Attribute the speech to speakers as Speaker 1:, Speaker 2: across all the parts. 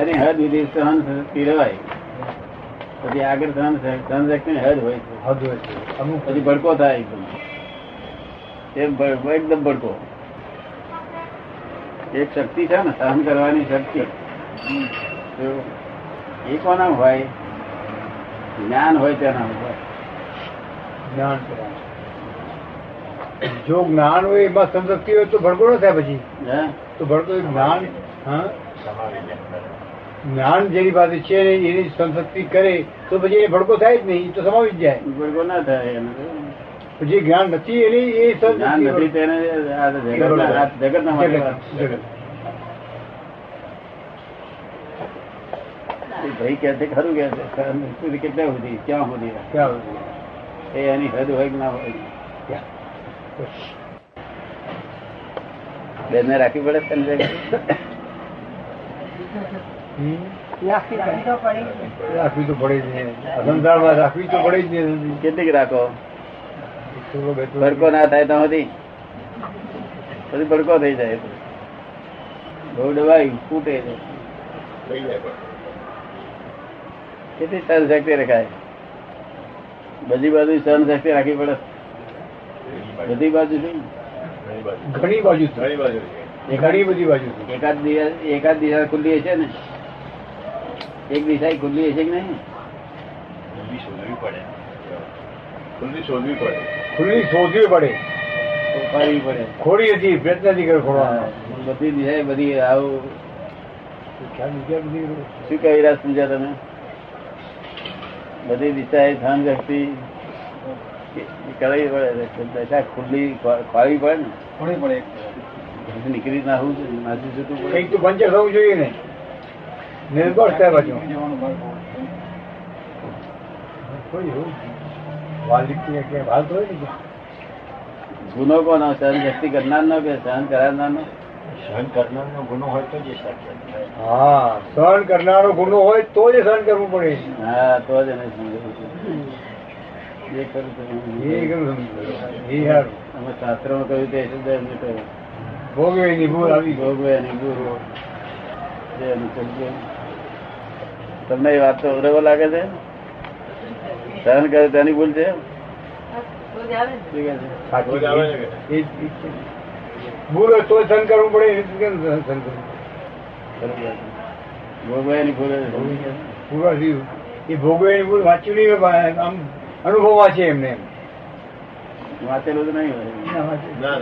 Speaker 1: અને હદ સુધી સહન શક્તિ રહેવાય પછી આગળ સહન સહન શક્તિ હદ હોય છે
Speaker 2: હદ હોય છે અમુક
Speaker 1: પછી ભડકો થાય એકદમ એમ ભડ- એકદમ ભડકો એક શક્તિ છે ને સહન કરવાની શક્તિ તો એ કોના હોય જ્ઞાન હોય તેના હોય
Speaker 2: જ્ઞાન કહેવાય. જો જ્ઞાન હોય એમાં સમજતી હોય તો ભડકો ન થાય પછી
Speaker 1: હે?
Speaker 2: તો ભડકો એ જ્ઞાન હા જ્ઞાન જેની પાસે છે ને એની સમજતી કરે તો પછી એ ભડકો થાય જ નહીં એ તો સમાવી જ જાય
Speaker 1: ભડકો ના થાય એનો
Speaker 2: પણ જે જ્ઞાન નથી એની એ
Speaker 1: જ્ઞાન નથી
Speaker 2: સમજતી
Speaker 1: તેને આ જગતના- આ જગતના માટે વાત છે. એ ભાઈ કહે છે ખરું કહે છે સહન સુધી કેટલા સુધી ક્યાં સુધી એ એની હદ હોય કે ના હોય બેનને રાખવી પડે છે ને જગ્યાએ?
Speaker 2: રાખવી તો પડે જ નહીં અસંધારમાં રાખવી તો પડે જ નહીં
Speaker 1: કેટલીક રાખો
Speaker 2: થોડો બેઠો
Speaker 1: ભડકો ના થાય તો હતી પછી ભડકો થઈ જાય બહુ દબાઈ ફૂટે છે કેટલી સહન શક્તિ રખાય બધી બાજુ સહન શક્તિ રાખવી પડે બધી બાજુ નહીં
Speaker 2: ઘણી બાજુ થઈ. ઘણી બધી બાજુ થઈ.
Speaker 1: એકાદ દિશા એકાદ દિશા ખુલ્લી હશે ને એક દિશા ખુલ્લી હશે કે નહીં
Speaker 2: ખુલ્લી શોધવી પડે
Speaker 1: તો પાડવી પડે
Speaker 2: ખોડી હતી પ્રયત્ન નથી કર્યો ખોડવાનો
Speaker 1: બધી દિશાએ બધી આવું
Speaker 2: ખ્યાલ વિચાર નથી કર્યો.
Speaker 1: શું કહી રહ્યા સમજ્યા તમે બધી દિશાએ ધન શક્તિ કરવી પડે એટલે દિશા ખુલ્લી ખોલવી પડે ને પછી નીકળી ના હોવું જોઈએ નાસી છૂટું પડે
Speaker 2: કંઈક તો પંચર થવું જોઈએ ને નિર્ભર સાહેબ હજુ. કોઈ એવું નથી. વાલ્મીકીને ક્યાંય વાત હોય ને કે
Speaker 1: ગુનો કોનો સહન શક્તિ કરનારનો કે સહન કરાવનારનો
Speaker 2: હા સહન કરનારો ગુનો હોય તો જ સહન કરવું પડે
Speaker 1: હા તો જ એને સમજાવું છું. જે કરું
Speaker 2: એ
Speaker 1: છું.
Speaker 2: એકદમ સમજી ગયો. એ સારું.
Speaker 1: અમે શાસ્ત્રમાં કહ્યું તે શુદ્ધાત્મા કહ્યું.
Speaker 2: ભોગવે એની ભૂલ આવી ગઈ.
Speaker 1: ભોગવે અને ગુરુ. જે અનુકૂળ છે. તમને એ વાત તો બરાબર લાગે છે સહન કરે તેની ભૂલ છે શું કહે છે?
Speaker 2: સાચી
Speaker 3: ભોગ આવે ને
Speaker 2: એ જ ઠીક છે. ભૂલ હોય તો જ સહન કરવું પડે એ રીતે કેમ સહન કરવું પડે?
Speaker 1: બરાબર. ભોગવે એની ભૂલ જ.
Speaker 2: પૂરા થયું. એ ભોગવે એની ભૂલ વાંચ્યું નહીં હોય, પણ આમ અનુભવ વાંચે એમને એમ.
Speaker 1: વાંચેલું તો નહીં હોય
Speaker 2: ના વાંચે. આ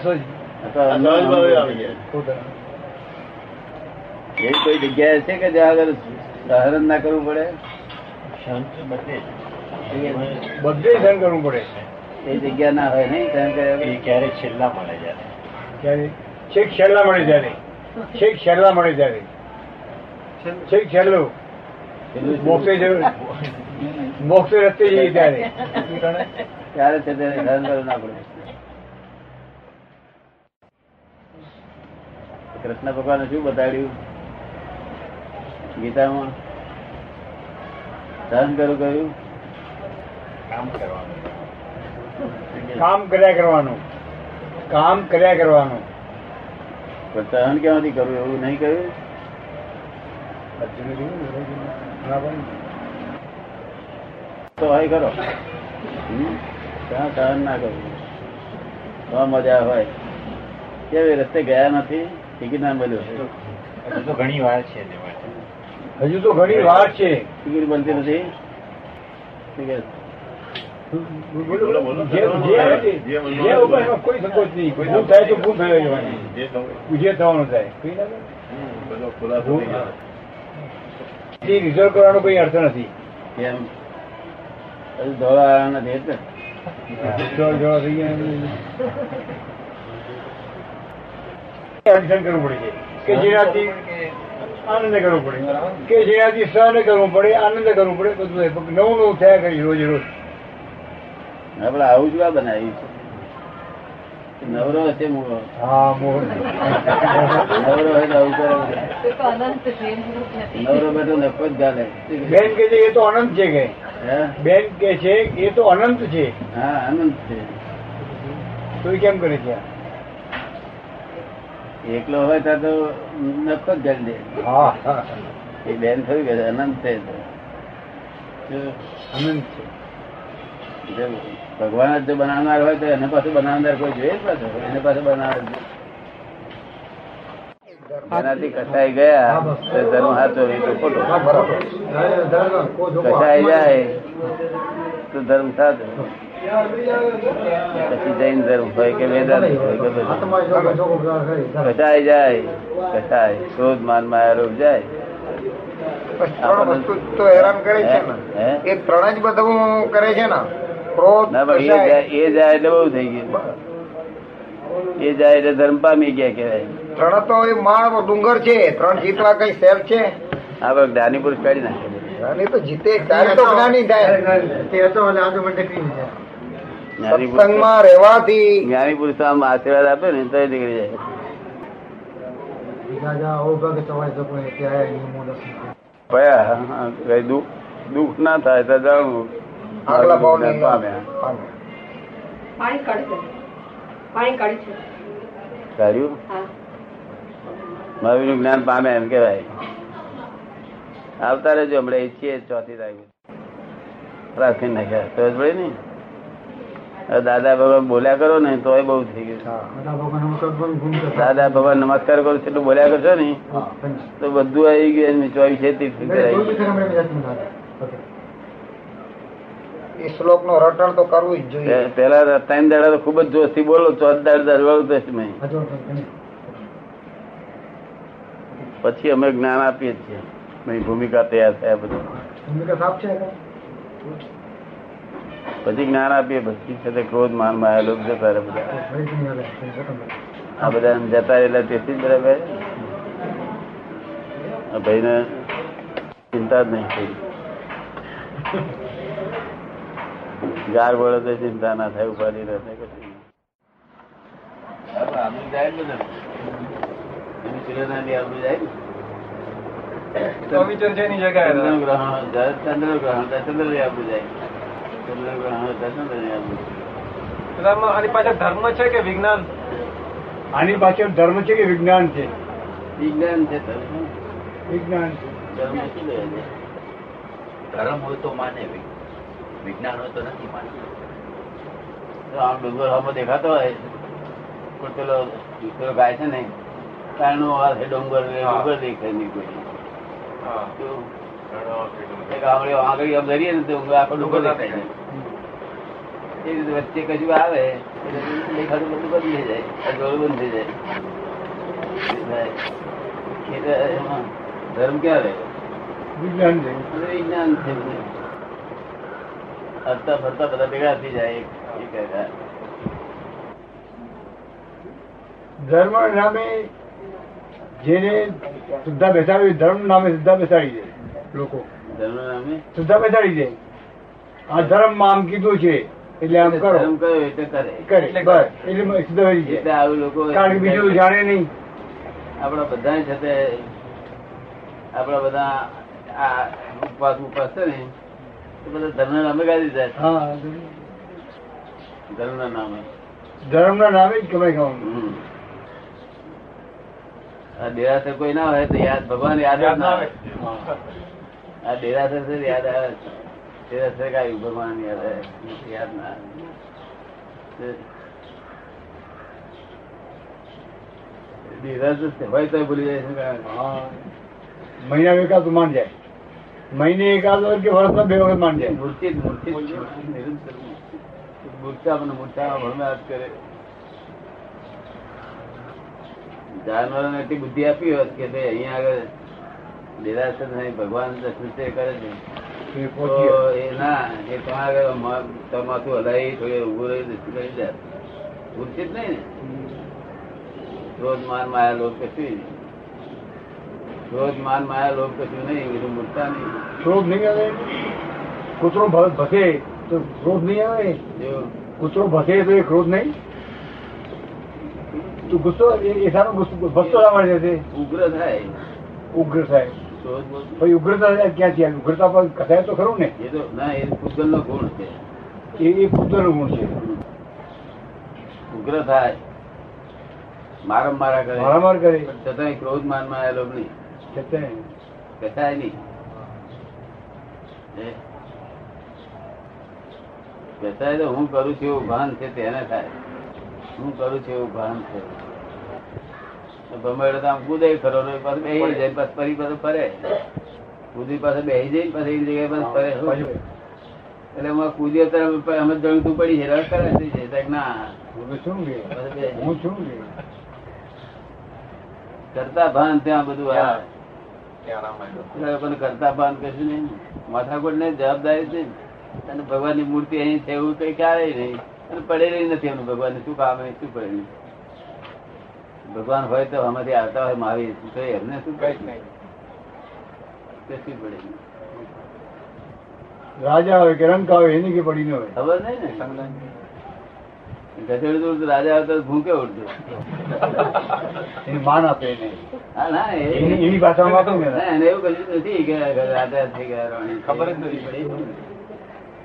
Speaker 2: સહજ
Speaker 1: આ તો
Speaker 2: પોતાનું.
Speaker 1: એવી કોઈ જગ્યાએ છે કે જ્યાં આગળ સહન ના કરવું પડે
Speaker 2: બધે સહન કરવું પડે
Speaker 1: એ જગ્યા ના હોય નહીં સહન કર્યા વગર?
Speaker 3: ક્યારે છેલ્લા મળે જયારે
Speaker 2: ત્યારે છેક છેલ્લા મળે ત્યારે છેક છેલ્લા મળે ત્યારે છેક છેલ્લું મોક્ષે જવું મોક્ષે રસ્તે જઈએ ત્યારે
Speaker 1: ત્યારે છે તેને સહન કરવું ના પડે કૃષ્ણ ભગવાને શું બતાડ્યું ગીતામાં સહન કરું કહ્યું
Speaker 3: કામ
Speaker 2: કામ
Speaker 3: કરવાનું
Speaker 2: કર્યા કરવાનું કામ કર્યા કરવાનું
Speaker 1: પણ સહન ક્યાંથી કરવું એવું નહીં કહ્યું
Speaker 2: અર્જુને જોયું ને, ઘણા પણ
Speaker 1: તો હોય કરો હમ? ત્યાં સહન ના કરવું તો મજા હોય કેવી રસ્તે ગયા નથી ટિકિટ ના મળ્યું
Speaker 3: હજુ તો ઘણી વાર છે તે માટે
Speaker 2: હજુ તો ઘણી વાર છે
Speaker 1: ટિકિટ બનતી નથી શું કહે?
Speaker 2: બોલો, બોલો. જે જે આવે તે, જે ઉપર એમાં કોઈ સંકોચ નહીં ભૂલ થાય તો ભૂલ થયો જવાની જે થવાનું થાય કોઈ ના થાય. એ રિઝર્વ કરવાનો કોઈ અર્થ નથી
Speaker 1: કેમ હજુ ધોળા નથી એટલે
Speaker 2: ચોર જોવા થઈ ગયા એમ. અડચણ કરવું પડે છે કે જેનાથી આનંદ કરવો પડે કે જેનાથી સહન કરવું પડે આનંદ કરવું પડે બધું થાય. પણ નવું નવું થયા કરી રોજ રોજ
Speaker 1: આપણે આવું જ આ બનાવ્યું છે નવરો હશે મૂળો
Speaker 2: હા મોહન
Speaker 1: નવરો હોય તો આવું કરે નવરો બેઠો નફો જ ગાલે
Speaker 2: બેન કે છે એ તો અનંત છે કે
Speaker 1: હે?
Speaker 2: બેન કે છે એ તો અનંત છે
Speaker 1: હા આનંદ છે
Speaker 2: તો એ કેમ કરે છે
Speaker 1: એકલો હોય ત્યાં તો નક્કો જ કરી દે
Speaker 2: હા હા
Speaker 1: એ બેન ખરી કે અનંત છે જો,
Speaker 2: અનંત છે
Speaker 1: જો ભગવાન જ જો બનાવનાર હોય તો એને પાછું બનાવનાર કોઈ જોઈએ જ પાછું એને પાછું બનાવનાર એનાથી કસાઈ ગયા તો ધર્મ સાચો નહીં તો ખોટો
Speaker 2: હા, બરાબર. ધર્મ, કોઈ જોકો
Speaker 1: કસાઈ જાય
Speaker 2: હાથમાં
Speaker 1: તો ધર્મ સાચો પછી જૈન ધર્મ હોય કે વેદાંત હોય કે બધું
Speaker 2: હાથમાં જોકો, જોકો બરાબર કરી. ધર્મ.
Speaker 1: કસાય જાય કસાય ક્રોધ માન માયા રૂપ જાય
Speaker 4: બસ ત્રણ વસ્તુ જ તો હેરાન કરે છે ને
Speaker 1: હે?
Speaker 4: એ ત્રણ જ બધું કરે છે ને ક્રોધ
Speaker 1: ના પણ એ
Speaker 4: કસાય.
Speaker 1: જાય એ જાય એટલે બહુ થઈ ગયું એ જાય એટલે ધર્મ પામી ગયા કહેવાય
Speaker 4: ત્રણ તો એ માળ ડુંગર છે ત્રણ જીતવા કઈ સેલ છે
Speaker 1: આપણે જ્ઞાની પુરુષ કાઢી નાખે બધું.
Speaker 4: જ્ઞાની તો જીતે ત્યારે તો જ્ઞાની થાય
Speaker 1: જ્ઞાની પુરુષ
Speaker 4: સત્સંગમાં રહેવાથી
Speaker 1: જ્ઞાની પુરુષ આમ આશીર્વાદ આપે ને તો એ નીકળી જાય ભયા હા, કઈ દુઃખ દુઃખ ના થાય તો જાણવું
Speaker 4: આગલા ભાવની
Speaker 1: પામ્યા.
Speaker 4: પામે.
Speaker 5: પાણી કાઢી છે પાણી કાઢી છે
Speaker 1: કર્યું
Speaker 5: હા
Speaker 1: મહાવીરનું જ્ઞાન પામે એમ કેવાય આવતા રહેજો હમણાં ઈચ્છીએ જ ચોથી તારીખ રાખી નાખ્યા તો જ ભાઈ નહીં હવે દાદા ભગવાન બોલ્યા કરો ને તોય બહુ થઈ ગયું દાદા ભગવાન નમસ્કાર કરો છો એટલું બોલ્યા કરશો ને તો બધું આવી ગયું એમની ચોવીસ છે તે આવી ગયું.
Speaker 4: એ શ્લોક નો રટણ તો કરવું જ જોઈએ
Speaker 1: પે- પેલા ત્રણ દાડા તો ખૂબ જ જોશથી બોલો ચોથ દાડા દરવાળું થશે નહીં. પછી અમે જ્ઞાન આપીએ જ છીએ નહીં ભૂમિકા તૈયાર થયા બધું પછી જ્ઞાન આપીએ પછી છે તે ક્રોધ માન માયા લોભ જતા રહે બધા આ બધા જતા રહેલા તેથી જ બરાબર આ ભાઈને ચિંતા જ નહીં થઈ ગાર બોલો તો ચિંતા ના થાય ઉપાધિ ના થાય કશું નહીં. સારું, આમનું જાય ને બધું. એની સૂર્યનારાયણની આમનું જાય ને. ચંદ્રનું ગ્રહણ હતા, ચંદ્રનું ગ્રહણ હતા, ચંદ્રની આમનું જાય. ચંદ્રનું ગ્રહણ હતા, ચંદ્રની આમનું જાય.
Speaker 2: આની પાછળ ધર્મ છે કે વિજ્ઞાન છે
Speaker 1: વિજ્ઞાન છે ધર્મ.
Speaker 2: વિજ્ઞાન છે
Speaker 1: ધર્મ શું લેવા દે?
Speaker 3: ધર્મ હોય તો માને વિ- વિજ્ઞાન હોય તો નથી માનતું
Speaker 1: તો આમ ડુંગર હમો દેખાતો હોય પણ પેલો પેલો ગાય છે ને કારણો આ છે ડુંગર ને ડુંગર દેખાય નહીં કોઈ તો એક આંગળી આંગળી આમ ધરીએ ને તો ઊંઘ આખો ડુંગર દેખાય છે. એ રીતે વચ્ચે કજુ આવે એટલે દેખાતું બધું બંધ થઈ જાય અજવાળું બંધ થઈ જાય એટલે એમાં ધર્મ ક્યાં રહે
Speaker 2: વિજ્ઞાન છે
Speaker 1: બધું વિજ્ઞાન છે બધું. હરતા ફરતા બધા ભેગા થઈ જાય એક એક હારે.
Speaker 2: ધર્મ નામે જેને સુદ્ધા બેસાડી હોય, ધર્મ નામે સુદ્ધા બેસાડી દે લોકો
Speaker 1: ધર્મના નામે
Speaker 2: સુદ્ધા બેસાડી દે આ ધર્મ આમ કીધું છે એટલે આમ કરો
Speaker 1: ધર્મ કયો એટલે કરે
Speaker 2: કરે બસ એટલે સુદ્ધા બેસી
Speaker 1: એટલે
Speaker 2: જાય
Speaker 1: આવું લોકો
Speaker 2: કારણ કે બીજું જાણે નહીં
Speaker 1: આપણા બધા છે તે આપણા બધા આ ઉપવાસ ઉપવાસ છે ને એ બધા ધર્મના નામે ગાળી જાય
Speaker 2: હા
Speaker 1: ધર્મના નામે
Speaker 2: ધર્મના નામે જ કમાઈ ખાવાનું
Speaker 1: હમ. આ દેરાસર કોઈ ના હોય તો યાદ ભગવાન યાદ જ ના આવે આ દેરાસર છે તે યાદ આવે જ. દેરાસર કાયું ભગવાન યાદ આવે યાદ ના આવે દેરાસર હોય તો ભૂલી જાય છે કારણ કે.
Speaker 2: હા મહિના એકાદ માન જાય મહિને એકાદ વખત કે વર્ષમાં બે વખત માન જાય
Speaker 1: મૂર્તિ જ મૂર્તિ જ છે. નિરંતર મૂર્તિ. મૂર્છા મને મૂર્છામાં ભ્રમ્યા જ કરે જાનવરોને એટલી બુદ્ધિ આપી હોત કે ભાઈ અહીંયા આગળ દેરાસર નહીં ભગવાન દર્શન તે કરે છે
Speaker 2: એ
Speaker 1: તો
Speaker 2: પહોંચી જાય.
Speaker 1: એ ના એ તમારા આગળ મ- તમાથું હલાવી થોડી ઊભું રહી દર્શન કરી જાય મૂર્તિ જ નહીં ને ક્રોધ માન માયા લોક કશું નહીં ક્રોધ માન માયા લોક કશું નહીં બધું મૂર્તા નહીં
Speaker 2: ક્રોધ નહીં આવે કૂતરો ભ- ભસે તો ક્રોધ નહીં આવે
Speaker 1: જો
Speaker 2: કૂતરો ભસે તો એ ક્રોધ નહીં તો ગુસ્સો એ એ સારો ગુસ્સો ભસતો લાવવા જશે
Speaker 1: ઉગ્ર થાય
Speaker 2: ઉગ્ર સાહેબ
Speaker 1: તો જ બોલશું.
Speaker 2: પછી ઉગ્રતા ક્યાંથી આવી ઉગ્રતા પર કસાય તો ખરું ને
Speaker 1: એ તો ના એ પૂતગલનો ગુણ છે
Speaker 2: એ એ કૂતરાનો ગુણ છે
Speaker 1: ઉગ્ર થાય મારમારા કરે
Speaker 2: મારામાર કરી
Speaker 1: પણ છતાંય ક્રોધ માનમાં આવેલો નહીં
Speaker 2: છતાંય
Speaker 1: કસાય નહીં એ કસાય તો હું કરું છું એવું ભાન છે તેને થાય હું કરું છું એવું ભાન છે તો ભમેડો તો આમ કૂદે ખરો ને પાછો બેસી જાય પાછો ફરી પાછો ફરે કૂદી પાસે બેસી જાય પછી એની જગ્યાએ પાછો ફરે શું?
Speaker 2: પાછું
Speaker 1: એટલે એમાં કૂદીએ ત્યારે અમે જણ તું પડી છે રસ કરે થઈ જાય તો ના
Speaker 2: હું તો છું કે
Speaker 1: પાછો બેસી જાય.
Speaker 2: હું છું કે
Speaker 1: કરતા ભાન ત્યાં બધું આવે
Speaker 3: ત્યાં આરામ આવ્યો.
Speaker 1: એટલે આપણને કરતા ભાન કશું નહીં માથાકૂટ ને જવાબદારી છે જ. અને ભગવાનની મૂર્તિ અહીં છે એવું કઈ ક્યારેય નહીં અને પડેલી નથી એમનું ભગવાન શું કામ એ શું પડેલું ભગવાન હોય તો આમાંથી આવતા હોય માવી તો એમને શું
Speaker 2: કઈ જ
Speaker 1: પડે
Speaker 2: નહીં
Speaker 1: કશું પડેલું
Speaker 2: રાજા આવે કે રંક આવે એની કે પડી ન હોય
Speaker 1: ખબર નહીં ને ગધેડું ઉડતું રાજા આવતા ભૂંકે ઉડતું
Speaker 2: એને માન આપે એને
Speaker 1: હા ના એ
Speaker 2: એની એની ભાષામાં આપે ને
Speaker 1: ના, એને એવું કશું નથી કે રાજા થઈ ગયા રાણી થઈ
Speaker 3: ખબર જ
Speaker 1: ગયા.
Speaker 3: નથી.
Speaker 1: પડેલું નથી.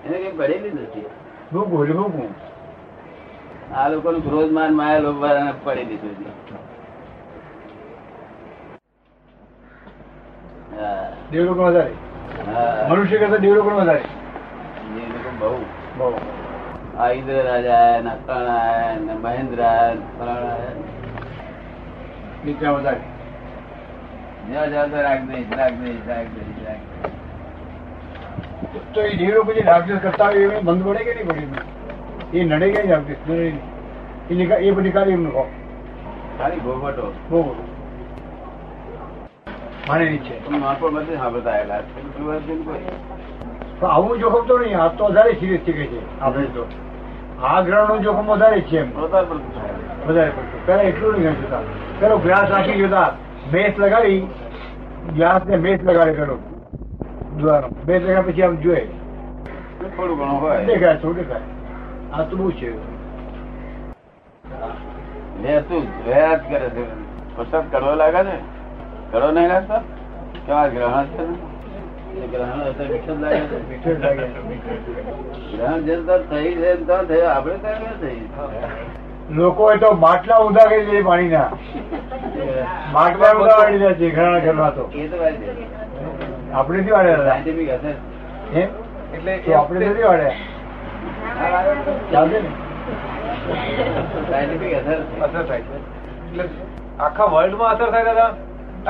Speaker 1: એને કઈ પડેલી નથી
Speaker 2: ભૂકું એટલે ભૂકું
Speaker 1: આ લોકો નું ક્રોધ માન માયા લોભ વાળાને પડી દીધું છે હા,
Speaker 2: દેવ લોકો વધારે
Speaker 1: હા.
Speaker 2: મનુષ્ય કરતા દેવ લોકો વધારે
Speaker 1: એ લોકો બહુ
Speaker 2: બહુ
Speaker 1: આ ઇન્દ્ર રાજા આયા ને કર્ણ આયા ને મહેન્દ્ર આયા ને ફલાણા આયા ને.
Speaker 2: નીચા વધારે
Speaker 1: જ્યાં જાવ ત્યાં રાગ દ્વેષ, રાગ દ્વેષ, રાગ દ્વેષ, રાગ દ્વેષ.
Speaker 2: તો એ દેવ લોકો જે રાક્ષસ કરતા હોય એ બંધ પડે કે નહીં પડે એમને? એ નડે કે નહીં રાક્ષસ નડે નહીં. એ નિકા- એ બધી કાઢી એમનું ખો
Speaker 1: ખાલી ભોગવટો
Speaker 2: બહુ માને નહીં છે
Speaker 1: પણ નાનપણ બધે સાંભળતા આયેલા છે. જોવા જ નહીં કોઈ.
Speaker 2: પણ આવું જોખમ તો નહીં આ તો વધારે સિરિયસ થઈ ગઈ છે આપણે તો આ ગ્રહણનું જોખમ વધારે જ છે એમ
Speaker 1: પોતા પર થાય.
Speaker 2: વધારે પડતું પેલા એટલું નહીં જોતા પેલો ગ્લાસ રાખી જોતા મેચ લગાડી ગ્લાસ ને મેચ લગાડે પેલો દુવાનો મેચ લગાડ્યા પછી આમ જોયે
Speaker 1: થોડું ઘણું હોય
Speaker 2: દેખાય શું દેખાય આ તો બહુ છે
Speaker 1: લેતું જ, લેયા જ કરે છે વરસાદ કડવો લાગે છે કડવો નહીં લાગતો કેમ આ ગ્રહણ છે ને? એ ગ્રહણ હશે મીઠો જ લાગે છે.
Speaker 2: મીઠું લાગે છે.
Speaker 1: ગ્રહણ જે તો થઈ છે ને તો થયું આપણે તો એમ જ થઈ
Speaker 2: લોકો એ તો માટલા ઉધા કરી દે પાણીના માટલા ઉધા વાળી દે છે ઘણા ઘરમાં તો
Speaker 1: એ તો વાત છે.
Speaker 2: આપણે નથી વાળ્યા હતા.
Speaker 1: Scientific હશે.
Speaker 2: હે એટલે તો આપણે નથી વાળ્યા ચાલે ને
Speaker 1: Scientific હશે.
Speaker 6: અસર થાય છે એટલે આખા વર્લ્ડ માં અસર થાય દાદા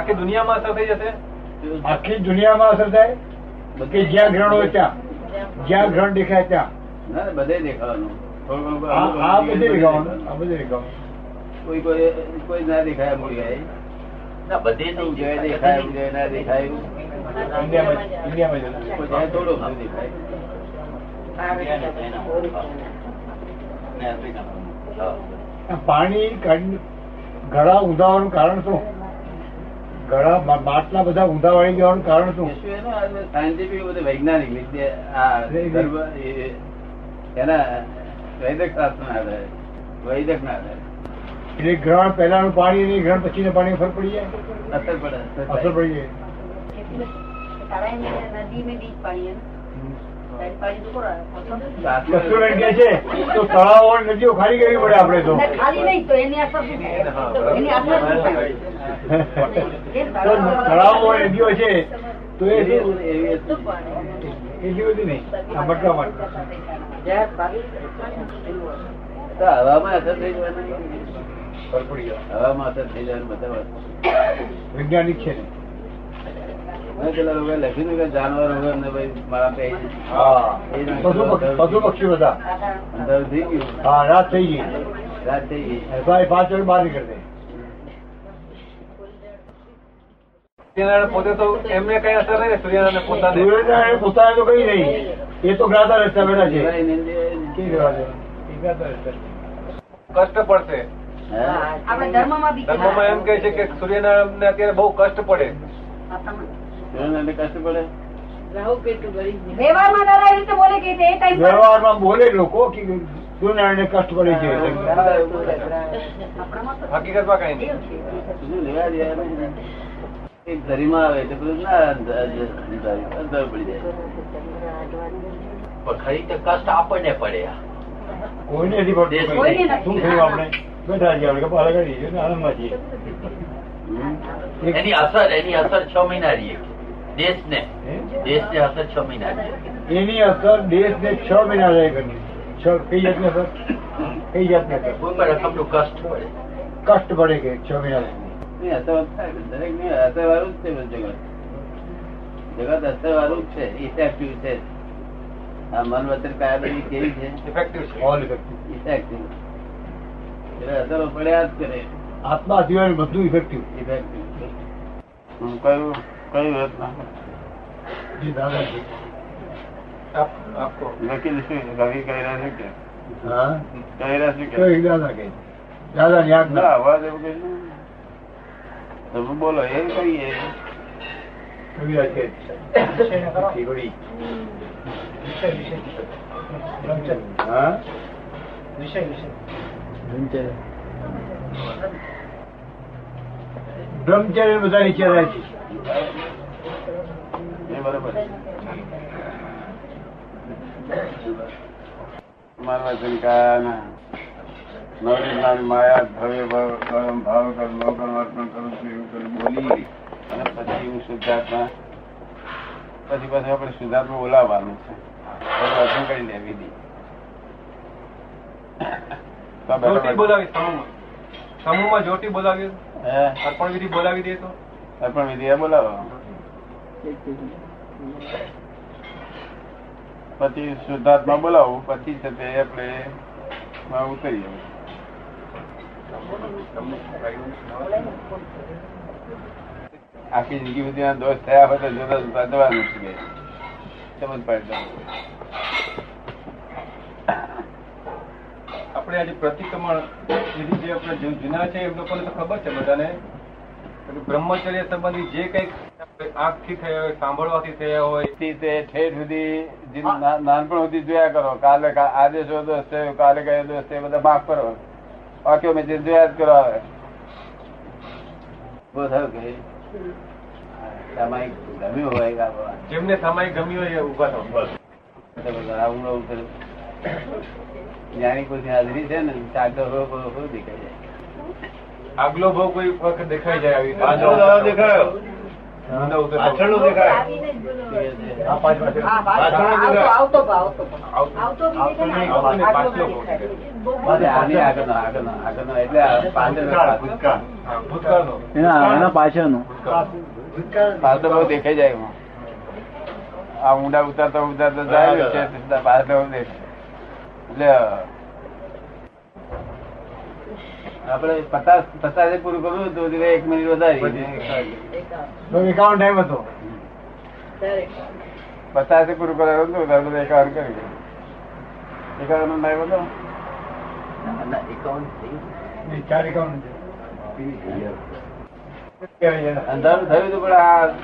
Speaker 6: આખી દુનિયામાં અસર થઈ જશે
Speaker 2: આખી દુનિયામાં અસર થાય કે જ્યાં ગ્રહણ હોય ત્યાં જ્યાં ગ્રહણ દેખાય ત્યાં
Speaker 1: ના ના, બધે દેખાવાનું થોડું ઘણું
Speaker 2: આ- આ બધે
Speaker 1: બધે
Speaker 2: દેખાવાનું
Speaker 1: દેખાવાનું.
Speaker 2: આ બધે દેખાવાનું
Speaker 1: કોઈ કોઈ કોઈ ના દેખાય એમ દેખાય.
Speaker 3: ના બધે
Speaker 1: એવું
Speaker 3: નહીં
Speaker 1: જોયા દેખાય
Speaker 3: દેખાય.
Speaker 1: એવું જોયા ના દેખાય એવું.
Speaker 2: ઇન્ડિયામાં જ- ઇન્ડિયામાં જ
Speaker 1: કોઈ જાય થોડું ઘણું દેખાય
Speaker 3: ને આફ્રિકામાં. હા.
Speaker 2: આ પાણી કાઢી- ગળા ઊંધાવાનું કારણ શું ગળા મા- માટલા બધા ઊંધા વળી જવાનું કારણ શું
Speaker 1: શું એનો આ જે scientific બધું વૈજ્ઞાનિક રીતે આ ધર્મ એ એના વૈદક શાસ્ત્રના આધારે વૈદકના આધારે
Speaker 2: એટલે ગ્રહણ પહેલાનું પાણી અને ગ્રહણ પછીના પાણી ફરક પડી જાય
Speaker 1: અસર પડે,
Speaker 2: અસર
Speaker 1: અસર પડે
Speaker 2: પડી જાય
Speaker 5: નદી મેં બીજ પાણી है ना? शायद पानी तो पूरा है।
Speaker 2: કસ્તુરબેન કહે છે તો તળાવો અને નદીઓ ખાલી કરવી પડે આપણે તો
Speaker 5: नहीं, खाली नहीं तो एनी असर भी है एनी असर भी है
Speaker 2: તો તળાવો અને નદીઓ છે તો એ શું?
Speaker 1: એવી- એવી અસર.
Speaker 2: એટલી બધી નહીં આ મટકા માટે
Speaker 1: તો હવામાં અસર થઈ જવાની
Speaker 2: ફરક પડી જાય
Speaker 1: હવામાં અસર થઈ જવાની બધા વાત
Speaker 2: વૈજ્ઞાનિક છે ને
Speaker 1: મેં પેલા લોકોએ લખ્યું હતું કે જાનવર હવે અમને ભાઈ મારા પે
Speaker 2: પશુ પક્ષી- પશુ પક્ષી બધા
Speaker 1: અંધારું થઈ ગયું
Speaker 2: હા રાત થઈ ગઈ
Speaker 1: રાત થઈ ગઈ
Speaker 2: સાહેબ પાંચ વાગે બહાર નીકળે
Speaker 6: સૂર્યનારાયણ પોતે તો એમને કઈ અસર નહીં ને સૂર્યનારાયણ પોતાને
Speaker 2: સૂર્યનારાયણ પોતાને તો કઈ નહીં એ તો ગાતા રસ્તા બેઠા છે
Speaker 1: કહેવાય નહીં ને.
Speaker 2: કઈ રહેવા દે એ ગાતા રસ્તા
Speaker 6: કષ્ટ પડશે
Speaker 1: હા.
Speaker 5: આપણે ધર્મમાં બી
Speaker 6: ધર્મમાં એમ કહે છે કે સૂર્યનારાયણ ને અત્યારે બહુ કષ્ટ પડે
Speaker 1: ધર્મને કશું પડે
Speaker 5: વ્યવહારમાં દાદા એ રીતે બોલે કે તે ટાઈમ પર
Speaker 2: વ્યવહારમાં બોલે લોકો કે સૂર્યનારાયણને કષ્ટ પડે
Speaker 5: આપણામાં તો
Speaker 6: હકીકતમાં કઈ નહીં
Speaker 5: એવું છે.
Speaker 1: શું લેવા દેવા નહીં. એક ધરીમાં આવે એટલે પેલું ના અંદર- અંદર અંદર પડી જાય
Speaker 3: પણ ખરી તો કષ્ટ આપણને પડે આ.
Speaker 2: છે કોઈને નથી પડતું
Speaker 5: કોઈને નથી.
Speaker 2: શું થયું આપણે બેઠા છીએ આપણે પાલા કરીએ છીએ અને આનંદમાં છીએ
Speaker 1: હમ?
Speaker 3: એની અસર એની અસર છ મહિના રહી છે. દેશને
Speaker 2: હે?
Speaker 3: દેશને અસર છ મહિના રહી છે.
Speaker 2: એની અસર દેશને છ મહિના રહે કરી છ કઈ જાતની અસર કઈ જાતની અસર
Speaker 3: કોઈ પણ રકમનું કષ્ટ પડે
Speaker 2: કષ્ટ પડે કે છ મહિના સુધી.
Speaker 1: નહીં, અસર થાય. દરેકને અસરવાળું જ છે બધું જગત જગત અસરવાળું જ છે ઇફેક્ટિવ છે આ મન વચન કાયદાની કેવી છે
Speaker 6: ઇફેક્ટિવ છે
Speaker 2: All effective.
Speaker 1: ઇફેક્ટિવ એટલે અસરો પડ્યા જ કરે
Speaker 2: આત્મા સિવાય બધું ઇફેક્ટિવ
Speaker 1: ઇફેક્ટિવ હું કયું કયું રત્ન
Speaker 2: જે દાદા છે
Speaker 6: આપ- આપકો
Speaker 1: લખી શું કવિ કહી રહ્યા છે કે
Speaker 2: હા
Speaker 1: કહી રહ્યા છે
Speaker 2: તો એ દાદા કહે દાદાની
Speaker 1: ના
Speaker 2: આજ્ઞા
Speaker 1: અવાજ એવું કઈ નહીં. તમે બોલો એ કહીએ
Speaker 2: કવિરાજ કહે શીખડી. હા બ્રહ્મચર્ય બ્રહ્મચર્ય બધાની ચેરા છે
Speaker 1: એ બરાબર છે. માનવ શંકાના નવરી જ્ઞાન માયા ભવ્ય ભાવ કરમ ભાવ કર્મ કર્મ અર્પણ કરું છું એવું કરી બોલી અને પછી હું શુદ્ધાત્મા પછી પાછું આપણે શુદ્ધાત્મા બોલાવવાનું છે પછી અર્પણ કરી લેવી દી તો
Speaker 6: જ્યોતિ
Speaker 1: બરાબર.
Speaker 6: બોલાવી સમૂહમાં સમૂહમાં જ્યોતિ બોલાવી
Speaker 1: હે?
Speaker 6: અર્પણ વિધિ બોલાવી દે તો
Speaker 1: અર્પણ વિધિ એ બોલાવો પછી શુદ્ધાત્મા બોલાવું પછી છે તે આપણે માં ઉતરીએ આખી જિંદગી બધી આ દોષ થયા હોય તો જુદા જુદા જવાનું છે બે. સમજ પાડી દઉં.
Speaker 6: આપણે આજે પ્રતિક્રમણ વિધિ જે આપણે જૂ- જૂના છે એ લોકોને તો ખબર છે બધાને પેલું બ્રહ્મચર્ય સંબંધી જે કંઈક આંખથી થયા હોય સાંભળવાથી થયા હોય
Speaker 1: થી તે ઠેર સુધી જીન- ના- નાનપણ સુધી જોયા કરો કાલે કા- આજે શું દોષ થયો કાલે કયો દોષ થયો એ બધા માફ કરો બાકી અમે જે જોયા જ કરો આવે બહુ થયું કે સામાયિક ગમ્યું હોય બાબા.
Speaker 6: જેમને સમય ગમ્યું હોય એ ઊભા થાવ બસ
Speaker 1: એટલે બધા આવું આવું કરે. જ્ઞાની કોઈ હાજરી છે ને સાચો હોય કોઈ હોય દેખાય જાય.
Speaker 6: આગલો ભાવ કોઈ વખત દેખાઈ જાય આવી
Speaker 3: પાછળનો ભાવ દેખાયો
Speaker 6: ઊંધા ઉતરતા હોય.
Speaker 3: પાછળનો દેખાયો
Speaker 2: આ પાંચ પાંચ
Speaker 5: આવતો ભાવ આવતો ભાવ. આવતો બી
Speaker 6: આવતો નહીં,
Speaker 5: દેખાય
Speaker 6: આવતો
Speaker 5: ને,
Speaker 6: નહીં,
Speaker 5: આગલો
Speaker 6: પાછલો
Speaker 5: બી દેખાય.
Speaker 1: બધે આની આગળનો, આગળનો, આગળનો એટલે આ પાછળનો પાછળ.
Speaker 6: હા, ભૂતકાળનો
Speaker 7: એના એના પાછળનું
Speaker 1: પાછળ બહુ દેખાઈ જાય એમાં. આ ઊંડા ઉતારતા ઉતારતા જાય છે સીધા પાછળ બહુ દેખાય. એટલે આપડે પચાસ પચાસે પૂરું કરવું હતું એટલે એક મિનિટ વધારી
Speaker 2: તો એકાવન ટાઈમ હતો
Speaker 5: દરેક.
Speaker 1: પચાસે પૂરું કરાવ્યું હતું એટલે આપણે એકાવન કર્યું એકાવન નો ટાઈમ હતો
Speaker 3: ના, ના, એકાવન થઈ
Speaker 2: ને ચાર એકાવન
Speaker 1: અંધારું થયું હતું પણ આ-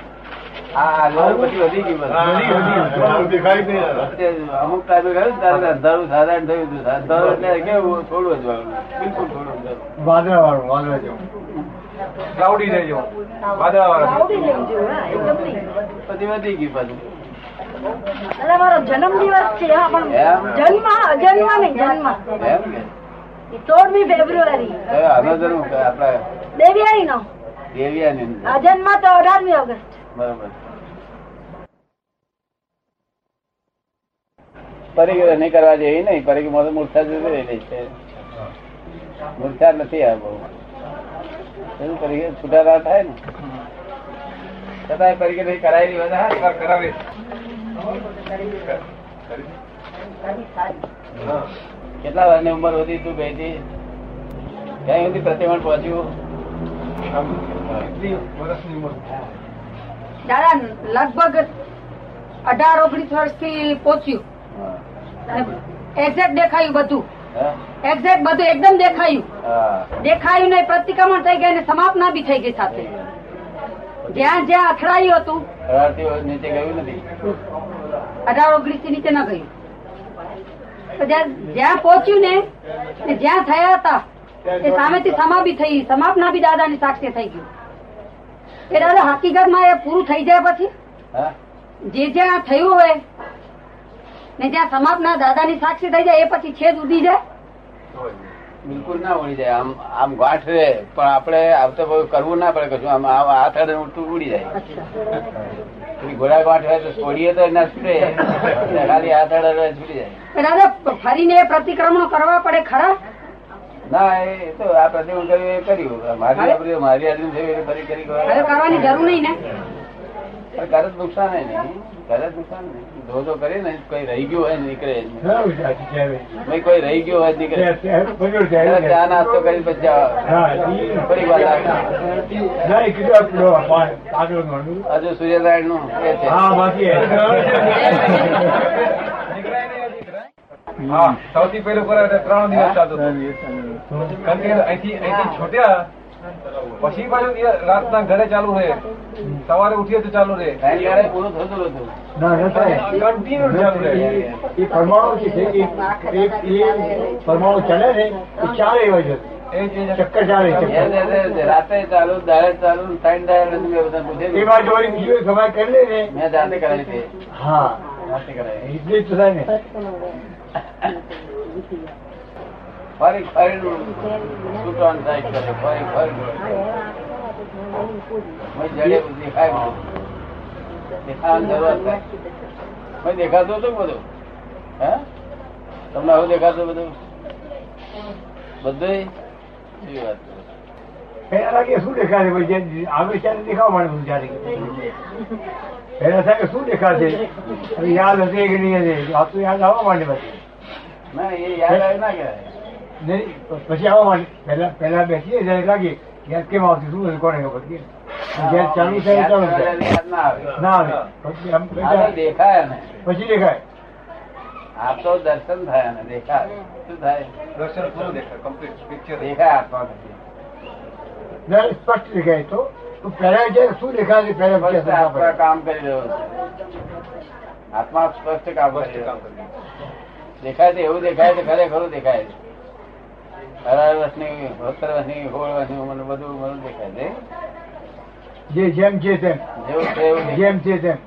Speaker 1: આ આગળ પછી વધી ગયું બધું. અત્યારે અમુક ટાઈમે ગયું ને ત્યારે અંધારું સાધારણ થયું હતું અંધારું એટલે કેવું થોડું જ વાળું. બિલકુલ થોડું જ વાળું.
Speaker 2: વાદળા વાળું વાદળા જેવું
Speaker 6: ક્લાઉડી થઈ જવું વાદળાવાળા
Speaker 5: આવડી નહીં જોયું, હા, એકદમ નહીં.
Speaker 1: પછી વધી ગયું પાછું
Speaker 8: અલા મારો જન્મદિવસ છે હા પણ
Speaker 1: એમ?
Speaker 8: જન્મ હા, જન્મ નહીં જન્મ
Speaker 1: એમ કે
Speaker 8: સોળમી ફેબ્રુઆરી
Speaker 1: હવે આનો જન્મ કે આપડા
Speaker 8: દેવિયાળી નો
Speaker 1: દેવિયાની અંદર.
Speaker 8: આ જન્મ તો અઢારમી ઓગસ્ટ
Speaker 1: બરાબર પરિગ્રહ નહીં કરવા જેવી નહીં પરિગ્રહ મૂર્છા જતી રહેલી છે મૂર્છા નથી આ બહુ એનું પરિગ્રહ છૂટા ના થાય ને છતાંય પરિગ્રહ નહીં કરાયેલી વધારે
Speaker 6: એકવાર કરાવે
Speaker 1: કેટલા વર્ષની ઉંમર હતી તું ગઈ હતી ક્યાં સુધી પ્રતિમણ પહોંચ્યું
Speaker 6: આમ કેટલી વર્ષની ઉંમર
Speaker 5: દાદા લગભગ અઢાર ઓગણીસ વર્ષથી પહોંચ્યું એક્ઝેક્ટ દેખાયું બધું
Speaker 1: હા?
Speaker 5: એક્ઝેક્ટ બધું એકદમ દેખાયું
Speaker 1: હા.
Speaker 5: દેખાયું નહીં પ્રતિક્રમણ થઈ ગઈ ને સમાપના બી થઈ ગઈ સાથે જ્યાં જ્યાં અથડાયું હતું
Speaker 1: અઢારથી ઓછું નીચે ગયું નથી
Speaker 5: અઢાર ઓગણીસ થી નીચે ન ગયું તો જ્યાં જ્યાં પહોંચ્યું ને ને જ્યાં થયા હતા એ સામેથી સમાપી થઈ સમાપના બી દાદાની સાક્ષી થઈ ગયું એ દાદા હકીકતમાં એ પૂરું થઈ જાય પછી
Speaker 1: હા
Speaker 5: જે જ્યાં થયું હોય ને જ્યાં સમાપના દાદાની સાક્ષી થઈ જાય એ પછી છેદ ઉડી જાય
Speaker 1: બિલકુલ ના ઉડી જાય આમ આમ ગાંઠ રહે પણ આપણે આવતા પગ કરવું ના પડે કશું આમ આમ હાથ અડે ઉઠું ઉડી જાય
Speaker 5: અચ્છા
Speaker 1: પછી ઘોડા ગાંઠ હોય તો છોડીએ તો ના છૂટે એટલે ખાલી હાથ અડે એટલે છૂટી જાય
Speaker 5: તો દાદા ફરીને એ પ્રતિક્રમણ કરવા પડે ખરા
Speaker 1: ના એ- એ તો આ પ્રતિકૂળ કર્યું એ કર્યું મારી આપણી મારી આજુ થયું એટલે ફરી કરી
Speaker 5: હવે કરવાની જરૂર નહીં ને
Speaker 1: પણ કરે તો નુકસાન ય નહીં કરે તો નુકસાન નહીં ધોધો કરીએ ને કોઈ રહી ગયું હોય ને નીકળે જ નહીં.
Speaker 2: ના ઉદાસી કહેવાય.
Speaker 1: નહીં કોઈ રહી ગયું હોય તો નીકળે
Speaker 2: ત્યાં- ત્યાં બધું જાય
Speaker 1: ત્યારે
Speaker 2: ને.
Speaker 1: ચા નાસ્તો કરી પછી જાઓ.
Speaker 2: હા, ઈ-
Speaker 1: ફરી વાર લાગે.
Speaker 2: ના, એ કીધું આપણું આ પા- પાગલ માણું.
Speaker 1: હજુ સૂર્યનારાયણ નું એ છે
Speaker 2: હા બાકી
Speaker 6: નીકળાય નહીં, નીકળાય. હા સૌથી પહેલું કરાવે એટલે ત્રણ દિવસ ચાલતું હતું. કારણ કે અહીંથી અહીંથી છૂટ્યા પછી પાછું દિવસ- રાતના ઘરે ચાલુ રહે સવારે ઉઠીએ તો ચાલુ રહે
Speaker 1: કારણ કે ત્યારે પૂરું થતું નતું
Speaker 2: ના ન થાય.
Speaker 6: કન્ટિન્યુ ચાલુ રહે
Speaker 2: એ- એ પરમાણુ જે છે એ- એ- એ પરમાણુ ચાલે ને એ ચાલે એવા જ
Speaker 6: એ જ- એ જ-
Speaker 2: ચક્કર ચાલે
Speaker 1: એ
Speaker 2: ચક્કર.
Speaker 1: તે- તે- તે રાતે ચાલુ દાડે ચાલુ ત્રણ દાડે મેં બધાને
Speaker 2: એ
Speaker 1: પૂછેલું.
Speaker 2: વાત જોવાની બીજું એક સવાલ કરી લે ને
Speaker 1: મેં જાતે કરાવી હતી
Speaker 2: હા
Speaker 1: જાતે કરાવી
Speaker 2: એટલે જ તો થાય ને
Speaker 1: ફરી ફરીનું shoot on site કરે ફરી ફરીનું. મેં જડે બધું દેખાય બધું. દેખાવાની જરૂર થાય. મેં દેખાતું હતું બધું હે તમને આવું દેખાતું બધું બધું એ વાત છે.
Speaker 2: પહેલા લાગે શું દેખાશે ભાઈ જે આવે ત્યારે દેખાવા માંડે બધું જાણે પહેલા સાહેબ શું દેખાશે હવે યાદ હશે કે નહીં હશે આ તો યાદ આવવા માંડે પછી
Speaker 1: ના એ યાદ આવે ના કહેવાય
Speaker 2: નહીં પછી આવવા માંડે પહેલા પહેલા બેસીએ ત્યારે લાગે કે યાદ કેમ આવતી શું હશે કોને ખબર કે
Speaker 1: हाँ।
Speaker 2: જ્યારે ચાલુ થાય ચાલુ થાય
Speaker 1: યાદ ના આવે
Speaker 2: ના આવે પછી આમ
Speaker 1: આ તો
Speaker 2: બેઠા
Speaker 1: દેખાય ને
Speaker 2: પછી દેખાય
Speaker 1: આ તો દર્શન થાય ને દેખાય શું થાય
Speaker 6: દર્શન પૂરું દેખાય કમ્પ્લીટ પિક્ચર
Speaker 1: દેખાય આત્મા થકી.
Speaker 2: જ્યારે સ્પષ્ટ દેખાય તો તો પહેલા જે શું દેખાશે પહેલા
Speaker 1: સ્પષ્ટ
Speaker 2: પહેલા
Speaker 1: આત્મા
Speaker 2: ખબર
Speaker 1: કામ કરી રહ્યો છે આત્મા સ્પષ્ટ કામ કરી
Speaker 6: કામ
Speaker 1: રહ્યો
Speaker 6: કરી
Speaker 1: છે. દેખાય તો એવું દેખાય તો ખરેખરું દેખાય છે અઢાર વર્ષની સત્તર વર્ષની સોળ વર્ષની ઉંમરનું બધું બધું દેખાય છે
Speaker 2: પડે. જે જેમ છે તેમ
Speaker 1: જેવું છે એવું દેખાય.
Speaker 2: જેમ છે તેમ